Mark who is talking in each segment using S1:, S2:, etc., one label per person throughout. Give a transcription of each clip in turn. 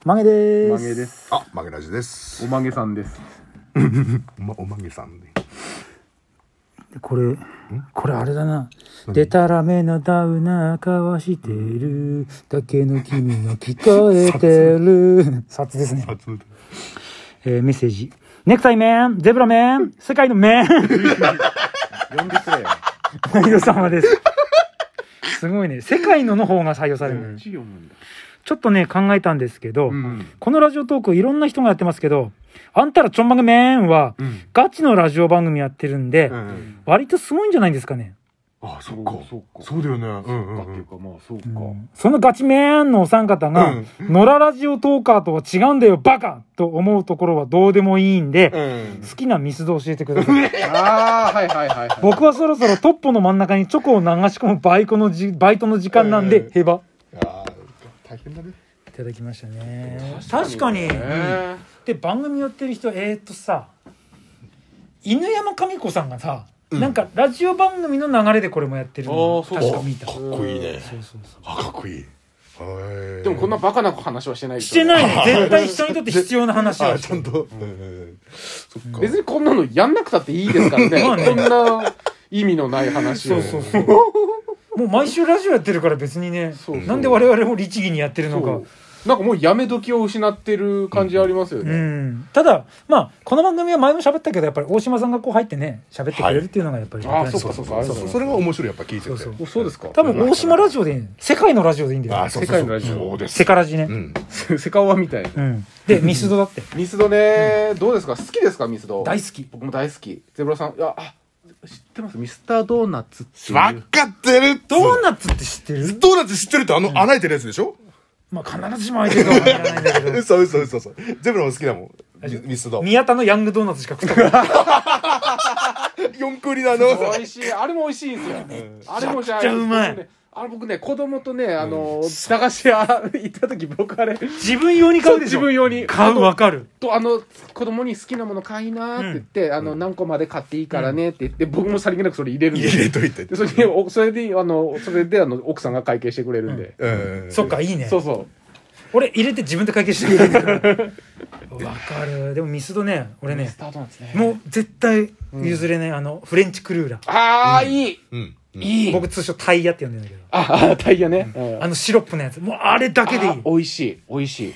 S1: 曲げです。
S2: 曲げで。す
S3: あ、曲げラジで
S2: お
S3: す。
S2: まげさんです
S3: おま、おまげさんで。
S1: これ、これあれだな。でたらめなダウナーかわしてる。だけの君が聞こえてる。札ですね。
S3: 初めて。
S1: えーメッセージ。ネクタイメン、ゼブラメン、世界のメン、
S2: 呼んでくれよ
S1: 内容様です。すごいね。世界のの方が採用される。
S2: 字読むんだ
S1: ちょっとね、考えたんですけど、
S3: ん
S1: このラジオトークいろんな人がやってますけど、あんたらちょんまげめーんは、
S3: うん。
S1: ガチのラジオ番組やってるんで、
S3: うん。
S1: 割とすごいんじゃないですかね。
S3: あ、そっか
S2: そうか。
S3: そうだよね。う
S2: そ
S3: ん
S2: う
S3: う
S2: かっていうんかまあそうか
S1: そのガチめーんのお三方が、
S3: うん
S1: 野良ラジオトーカーとは違うんだよ、バカと思うところはどうでもいいんで、
S3: うん。
S1: 好きなミスド教えてください。
S2: ああはいはいはいはい
S1: 僕はそろそろトッポの真ん中にチョコを流し込むバイトのじバイトの時間なん
S3: う
S1: で
S3: ん、
S1: へば。
S3: あー、大変だね。
S1: いただきましたね。確かに。
S2: ね
S1: で番組やってる人えー、っとさ犬山神子さんがさ、なんかラジオ番組の流れでこれもやってるの
S2: あーそう
S1: 確か見た
S3: かっこいいね。
S1: そうそうそう
S3: あ、かっこいい。はい
S4: でもこんな。バカな話はしてない
S1: してないいね絶対人にとって必要な話
S3: あ、
S1: は
S3: ちゃんと。うんうん。そっか。
S4: 別にこんなのやんなくたっていいですからね
S1: まあね
S4: こんな意味のない話
S1: そ
S4: を
S1: うそうそうもう毎週ラジオやってるから別にね
S4: そうそう
S1: なんで我々も律儀にやってるの
S4: そ
S1: か
S4: うなんかもうやめ時を失ってる感じありますよ
S1: う
S4: ね、
S1: んただまあこの番組は前も喋ったけどやっぱり大島さんがこう入ってね喋ってくれるっていうのがやっぱり、
S4: はいあーそっ
S3: そ
S4: か
S3: う
S4: そ
S3: そうう
S4: か
S3: そ
S4: あ
S3: う。
S4: りがとうござい
S3: そ
S4: ます
S3: れは面白い、やっぱ聞いてて。
S1: そう
S4: おそうですか
S1: 多分大島ラジオでいいん世界のラジオでいいんだよ
S3: あ、
S1: ね
S3: そうそうそう。
S4: 世界のラジオ
S3: そうです。
S1: セカラジね
S3: うん。
S4: セカオワみたいな
S1: うん、でミスドだって
S4: ミスドね、どうですか好きですかミスド
S1: 大好き
S4: 僕も大好きゼブラさんいやあ知ってますミスタードーナツっていう
S3: 分かってる
S1: ドー
S3: ナ
S1: ナツって知ってる
S3: ツドーナツ知ってるってあの穴開いてるやつでしょ
S1: まあ必ずしも相手かは知らないんだけど
S3: 嘘嘘嘘嘘。ゼブラも好きだもん。ミミスド。
S1: 宮田のヤングドーナツしか食った ことない
S3: 4個入りだの。
S4: 美味しいあれも美味しいんですよあれもじゃ
S1: めっちゃうまい
S4: あれ僕ね子供とねあの、駄菓子屋行った時僕あれ
S1: 自分用に買うでし
S4: 自
S1: ょ
S4: 分用に
S1: 買うわかる
S4: とあの子供に好きなもの買いなって言って、あの何個まで買っていいからねって言って、僕もさりげなくそれ入れるんで
S3: 入れといて
S4: で。それでおそれであのそれであの奥さんが会計してくれるんで、
S3: うん。
S1: そっかいいね
S4: そうそう
S1: 俺入れて自分で会計してくれるからわかるでもミスドね俺ね
S4: タートなんですね
S1: もう絶対譲れない、あのフレンチクルーラー
S4: ああ、いい
S3: うん。うん。
S4: いい
S1: 僕通称タイヤって呼んでんだけど
S4: ああタイヤね、うん
S1: あのシロップのやつもうあれだけでいい
S4: あ美味しい美味しい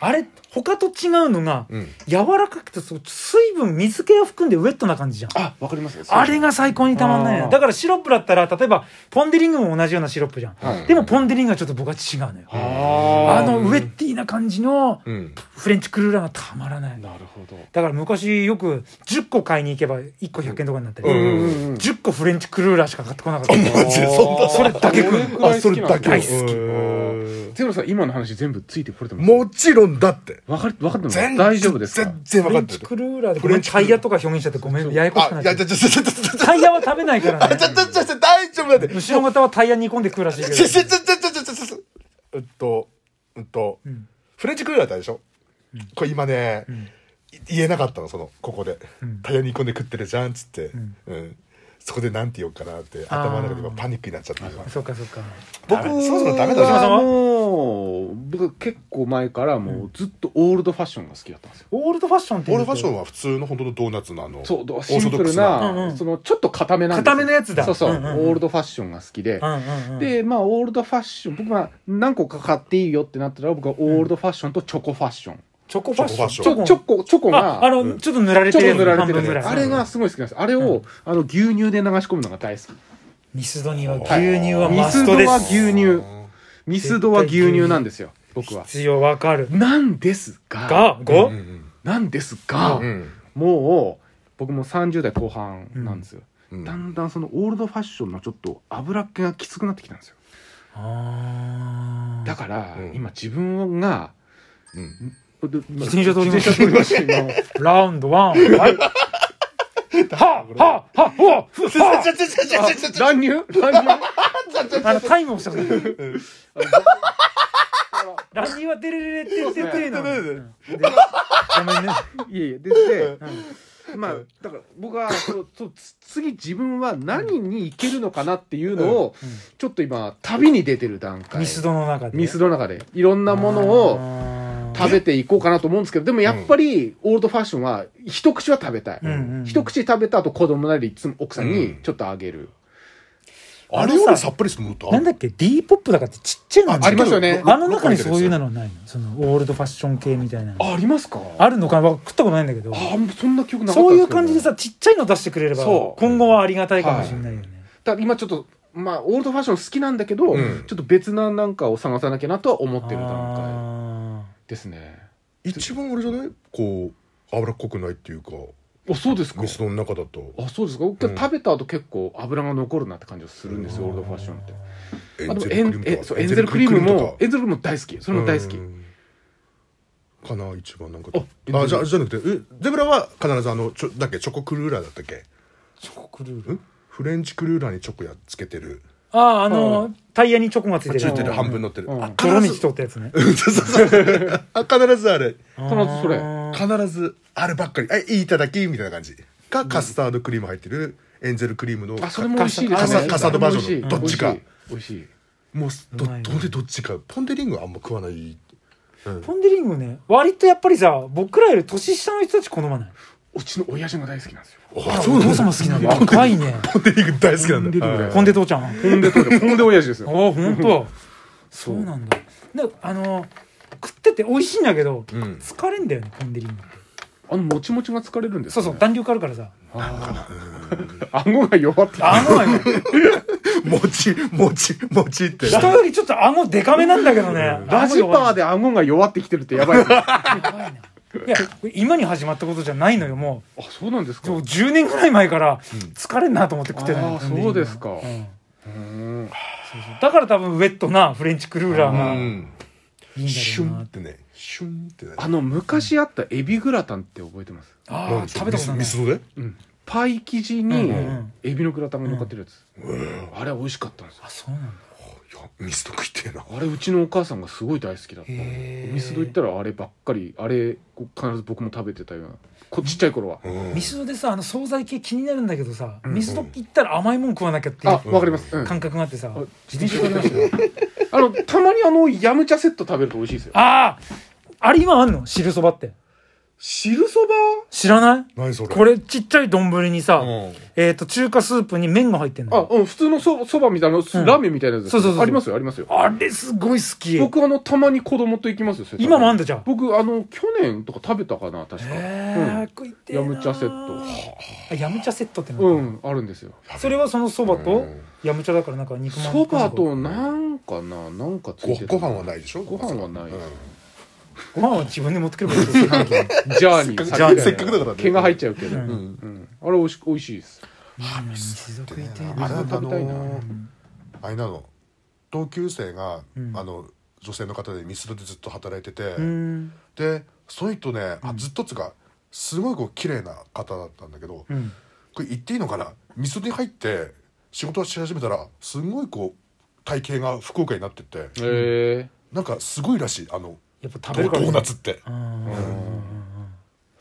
S1: あれ他と違うのが、
S3: うん
S1: 柔らかくてそう水分水気を含んでウェットな感じじゃん
S4: あわかりますよ
S1: あれが最高にたまんない
S4: あ
S1: の
S4: ー
S1: だからシロップだったら例えばポン・デ・リングも同じようなシロップじゃん、
S4: はい
S1: でもポン・デ・リングはちょっと僕は違うのよ
S4: あ
S1: あ
S4: あ
S1: のウェッティな感じの
S3: うん。
S1: フレンチクルーラーがたまらない
S4: なるほど
S1: だから昔よく10個買いに行けば1個100円とかになったり、
S3: うん
S4: うん
S1: 10個フレンチクルーラーしか買ってこなかった
S3: マジでそんな
S1: それだけ食う
S4: どれくら
S3: あ、
S4: い好
S3: そ
S4: き
S3: れ
S4: なんで
S3: だ
S4: す
S1: 大
S4: か
S3: け。
S1: 好き
S3: うん
S4: ゼロさん今の話全部ついてこれてます
S3: もちろんだって。
S4: わかるわかってます
S3: 全
S4: 大丈夫ですか
S3: 全然
S1: フ
S3: 分
S1: レ
S3: か
S1: ン
S3: っ
S1: チ
S3: て
S1: ク
S3: る。
S1: ルーラーでご
S3: フ
S1: め
S3: レ
S1: ん
S3: ンチクル
S1: タイヤとか表現しちゃってごめんややこしく
S3: あ
S1: な、っ
S3: い
S1: ちゃ
S3: や、
S1: う
S3: ちょ、ちょ、ちょ、ちょ、ちょ、ちょ、
S1: タイヤは食べないからね
S3: ちょ、ちょ、ちょ、ちょ、大丈夫だって。ちょ、ち
S1: 後ろ型はタイヤ煮込んで食うらしいけど
S3: ょ、 ちょ、ちょ、ちょ、ちょ、ちょ、ちょ、ちょ、えっと、えっと、フレンチクルーラーってあれでしょこれ今ね、い言えなかったの、その、ここで。タイヤ煮込んで食ってるじゃん、つって。うん。そこでなんて言おうかなって、頭の中で今パニックになっちゃった今
S1: そっかそっか
S3: ダメそろそろダメだ
S1: 島さん
S3: ろ。
S1: は
S4: もう僕結構前からもうずっとオールドファッションが好きだったんですよ、
S1: オールドファッションって
S3: オー
S1: 言う
S3: ル
S1: と
S3: ファッションは普通の本当のドーナツのあの、
S4: そう
S3: オ
S4: ど
S3: ー
S4: シ
S3: ソ
S4: ンプ
S3: ドック
S4: ル
S3: スな。
S4: な、
S1: うんうん
S4: そのちょっと固めなんです
S1: 硬めのやつだ
S4: そうそう,、
S1: うんうんうん
S4: オールドファッションが好きで、
S1: うんうんうん
S4: でまあオールドファッション僕は何個か買っていいよってなったら僕はオールドファッションとチョコファッション、
S1: チョコファッション。
S3: チ
S4: ちょチョコチョコ
S1: あ、
S4: が
S1: あの、ちょっと塗られ
S4: ち
S1: て
S4: ょ
S1: る
S4: っと塗られ
S1: 半
S4: てる
S1: 分ぐ
S4: ね
S1: らい。
S4: あれがすごい好きなんですあれを、あの牛乳で流し込むのが大好き
S1: ミスドには牛乳は
S4: ミ
S1: マ
S4: ス
S1: ス
S4: ド
S1: トです。
S4: は牛乳ミスドは牛乳なんですよ僕は
S1: 必要わかる。
S4: なんですが
S1: が、
S3: うん
S1: 5?
S3: うん
S4: なんですが、
S3: うん。
S4: もう僕も30代後半なんですよ、
S3: うんうん
S4: だんだんそのオールドファッションのちょっと油っ気がきつくなってきたんですよ
S1: あ
S4: だから、
S3: うん
S4: 今自分が
S3: うん。
S4: 自
S1: 自転車通りました
S4: 自転車通りました今
S1: ーラウンド1。はい。はあはあはあおうふは
S3: ちょちょちょちょちょちょ
S4: 乱入乱入
S1: ああの、タイムを押したの。ランニーはデレレレテテテの。
S3: ね
S1: うんでごめんね。
S4: いやいやでで、まあだから僕はそうそうつ次自分は何に行けるのかなっていうのを、
S1: うんうん
S4: ちょっと今旅に出てる段階
S1: ミスドの中で。
S4: ミスドの中でいろんなものを
S1: を
S4: 食べていこうかなと思うんですけど、でもやっぱり、オールドファッションは、一口は食べたい。
S1: うんうんうん
S4: 一口食べた後、子供なり、いつも奥さん
S3: う
S4: に
S3: ん、
S4: ちょっとあげる。
S3: あれよりさっぱりするものってあ
S1: なん
S3: る
S1: だっけ D ポップだからってちっちゃいの
S4: ありますよね
S1: あの中にそういうなのはないのそのオールドファッション系みたいなの
S4: ありますか
S1: あるのかな食ったことないんだけど
S4: あーそんな記憶なかった
S1: そ
S4: ん
S1: うい
S4: す
S1: う
S4: けど
S1: 感じでさちっちゃいの出してくれれば
S4: そう
S1: 今後はありがたいかもしれないよね
S4: だから今ちょっと、まあ、オールドファッション好きなんだけど、
S3: うん
S4: ちょっと別ななんかを探さなきゃなとは思ってる段階
S1: あ
S4: ですね。
S3: 一番あれじゃないこう脂っこくないっていうか
S4: あ、そうですか。
S3: 味噌の中だと
S4: あ、そうですか。僕食べた後結構油が残るなって感じがするんですよ、オールドファッションって。
S3: エ
S4: あ、
S3: ン
S4: で
S3: ゼ
S4: も
S3: ル
S4: エ
S3: クリー
S4: ンえ
S3: ムとか
S4: そうエンゼルクリームも、エ
S3: エン
S4: ンゼルク
S3: ゼルクリームとか
S4: リームも大好き。それも大好き
S3: う。んかな一番なんか
S4: あ
S3: あじゃじゃなくてえゼブラは必ずあのちょだっけチョコクルーラーだったっけ
S1: ーチョコクルー
S3: んフレンチクルーラーにチョコやっつけてる
S1: あああのタイヤにチョコがついて
S3: つ
S1: る
S3: いてる半分乗ってる
S4: うん
S3: あ
S1: ドロ
S3: 必
S1: ミキ
S3: ず
S1: 通ったやつね
S3: あ必ずあれ
S4: 必ずそれ
S1: あー
S3: 必ずあればっかりえいただきみたいな感じかカスタードクリーム入ってるエンゼルクリームの
S4: あ、それも美味しいで
S3: カ
S4: す
S3: サ
S4: ね。
S3: カサドバージョンの
S4: それも美
S3: どっ
S4: 味し
S3: ち
S4: い
S3: か。
S4: 美味しい。
S3: もうど
S1: うまいよね
S3: どれどっちかポン・デ・リングはあんま食わない
S1: ポンデリングね割とやっぱりさ僕らより年下の人たち好まないう
S4: ちの親父が大好きなんですよ。
S3: あ
S1: お父様好きなんだ若いね
S3: ポン・デ・リング大好きなんだはい
S1: ポンデ父ちゃんあ
S4: ほんで、ほんで親父です
S1: あ
S4: よ。
S1: 本当そうなんだであの食ってて美味しいんだけど
S3: うん
S1: 疲れんだよねポンデリングって
S4: あの、もちもちが疲れるんです
S1: そう
S4: よ
S1: そう
S4: ね。
S1: 弾力あるからさ
S4: 顎が弱ってきた。
S1: 顎がね
S3: もちもちもちって
S1: 人よりちょっと顎デカめなんだけどね
S4: ラジパー
S1: で
S4: で顎が弱ってきてるってやばいですね。あ、
S1: いや今に始まったことじゃないのよも
S4: そうなんです
S1: う
S4: か。
S1: そう10年ぐらい前から疲れんなと思って食ってない
S4: あーそうですか
S1: ポンデリングは
S4: うん
S1: うんそうそうだから多分ウェットなフレンチクルーラー
S3: う
S1: がい
S3: ん
S1: いん
S3: シ
S1: だろう
S3: ュン
S1: な
S3: ってねシュンってね
S4: あの昔あったエビグラタンって覚えてます、
S1: ああ食べたことない
S3: ミスドで
S4: うん、パイ生地
S1: うん
S4: に
S1: うんうん
S4: エビのグラタンが乗っかってるやつ、あれ美味しかったんですよ
S1: あそうなんだ
S3: いやミスド食いてえな
S4: あれうちのお母さんがすごい大好きだった
S1: へー
S4: ミスド行ったらあればっかりあれこう必ず僕も食べてたようなこちっちゃい頃は、
S3: うん
S1: ミスドでさあの惣菜系気になるんだけどさミスド行ったら甘いもん食わなきゃってい
S4: あ
S1: う
S4: わかります、うん、あ
S1: 感覚があってさ
S4: 自転車がありましたよあのたまにあのヤムチャセット食べると美味しいですよ
S1: あああれ今あんの汁そばって
S4: 汁そば
S1: 知らない
S3: 何それ
S1: これちっちゃい丼にさ、
S3: うん
S1: えっ、と、中華スープに麺が入ってん
S4: あ
S1: の。
S4: うん普通のそそばみたいな、
S1: ん
S4: ラーメンみたいなやつです
S1: そ
S4: よ
S1: うそうそう
S4: ありますよありますよ
S1: あれすごい好き。
S4: 僕あのたまに子供と行きますよそれ
S1: 今もあんだじゃん
S4: 僕あの去年とか食べたかな確か、
S1: えー食いてえな
S4: ヤムチャセット。
S1: あ、ヤムチャセットってなん
S4: う
S1: だ
S4: ん、うん、あるんですよ
S1: それはそのそば
S3: う
S1: と
S3: ん、
S1: ヤムチャだからなんか肉まん
S4: そばとなんかななんかつい
S3: ご
S4: てる
S3: ご飯はないでしょ
S4: ご飯はない
S3: うん
S1: ご飯は自分で持ってくるから
S4: ジャーニー
S3: せっ
S4: さ
S3: か
S4: き
S3: くせっかくだからね
S4: 毛が入っちゃうけど、
S1: う
S4: うんんあれおいし美味しいです
S1: 水族いてえ
S3: あ
S1: な
S3: れあ
S4: 水
S3: の
S4: 食べたいな
S3: ーあれなの同級生が
S1: うん
S3: あの女性の方でミスドでずっと働いてて
S1: うん。
S3: でその人ねあずっとつうかすごいこう綺麗な方だったんだけど
S1: うん。
S3: これ言っていいのかなミスドに入って仕事をし始めたらすごいこう体型が福岡になってって
S4: へえ
S3: なんかすごいらしいあの
S1: やっぱ食
S3: ド
S1: べるか
S3: ド
S1: ら、
S3: ーナツって
S1: うん。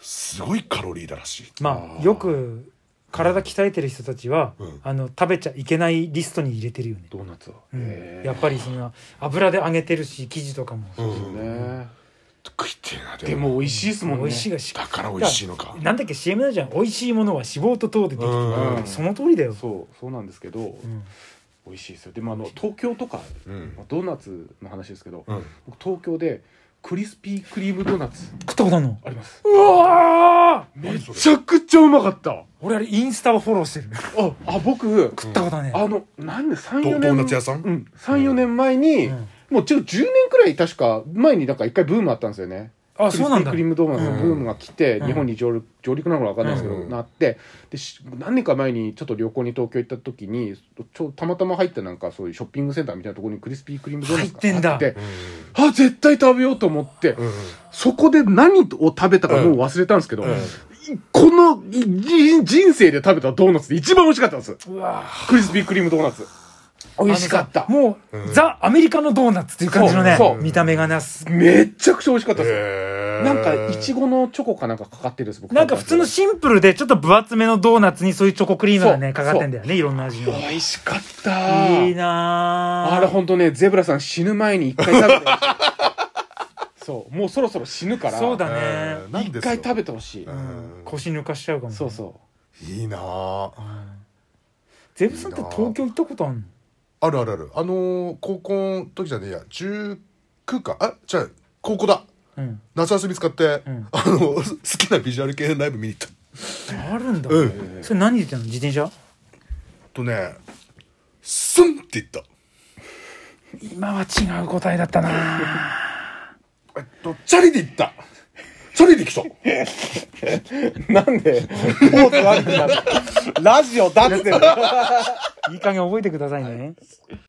S3: すごいカロリーだらしい
S1: まあ、よく、体鍛えてる人たちは、
S3: うん
S1: あの食べちゃいけないリストに入れてるよね、
S4: ドーナツは、
S1: うん
S4: へえ
S1: やっぱりその油で揚げてるし生地とかも、
S3: うん
S4: ね
S3: 食いてえな
S4: でも美味しいですもんね
S1: 美味しいがし
S3: だから美味しいのか
S1: なんだっけ CM だじゃん美味しいものは脂肪と糖でできてる
S3: うん
S1: その通りだよ
S4: そうそうなんですけど、
S1: うん
S4: 美味しいですよでもあの東京とか、
S3: うん
S4: まあドーナツの話ですけど、
S3: うん
S4: 僕東京でクリスピークリームドーナツ
S1: 食ったことあるの
S4: あります
S1: うわー
S4: めちゃくちゃうまかったあ
S1: 俺あれインスタをフォローしてる
S4: あ僕
S1: 食ったことね
S4: あの何で34
S3: ド
S4: 年
S3: ドーナツ屋さん
S4: うん34年前に、
S1: うん
S4: もうちょ10年くらい確か前になんか一回ブームあったんですよね
S1: あそうなんだ
S4: クリスピークリームドーナツ
S1: うん
S4: のブームが来て、
S1: うん
S4: 日本に上陸上陸なのか分かんないですけど、
S3: うん
S4: なってでし何年か前にちょっと旅行に東京行った時にちょたまたま入ったなんかそういうショッピングセンターみたいなところにクリスピークリームドーナツがあ
S1: 入ってんだ
S4: ってあ絶対食べようと思って、
S3: うん
S4: そこで何を食べたかもう忘れたんですけど、
S3: うんうん
S4: このい人生で食べたドーナツで一番美味しかったんです。
S1: うわ
S4: クリスピークリームドーナツ。
S1: ー
S4: 美味しかった
S1: あのさもう、
S3: うん
S1: ザ・アメリカのドーナツっていう感じのね
S4: そうそう
S1: 見た目がなす
S4: めちゃくちゃ美味しかったです。
S3: へー
S4: なんか、いちごのチョコかなんかかかってるんです、僕。
S1: なんか普通のシンプルでちょっと分厚めのドーナツにそういうチョコクリームがね
S4: そう
S1: かかってんだよねいろんな味の
S4: 美味しかった
S1: いいな
S4: あれほんとね、ゼブラさん死ぬ前に一回食べてほしい。 そうもうそろそろ死ぬから
S1: そうだね
S3: うんなん
S4: 一
S3: ですよ
S4: 回食べてほしい、
S3: うん
S1: 腰抜かしちゃうかも
S4: そうそう
S3: いいなあ
S1: ゼブさんって東京行ったことあんの
S3: あるあるあるあのー高校の時じゃねえや19かあじゃあ高校だ
S1: うん
S3: 夏休み使って、
S1: うん
S3: あの 好きなビジュアル系のライブ見に行った
S1: あるんだ
S3: うん
S1: それ何で行ったの自転車
S3: とねスンって言った
S1: 今は違う答えだった な
S3: えっとチャリで行ったチャリで来た
S4: なんで ポーズありになるラジオだっつってんの
S1: いい加減覚えてくださいね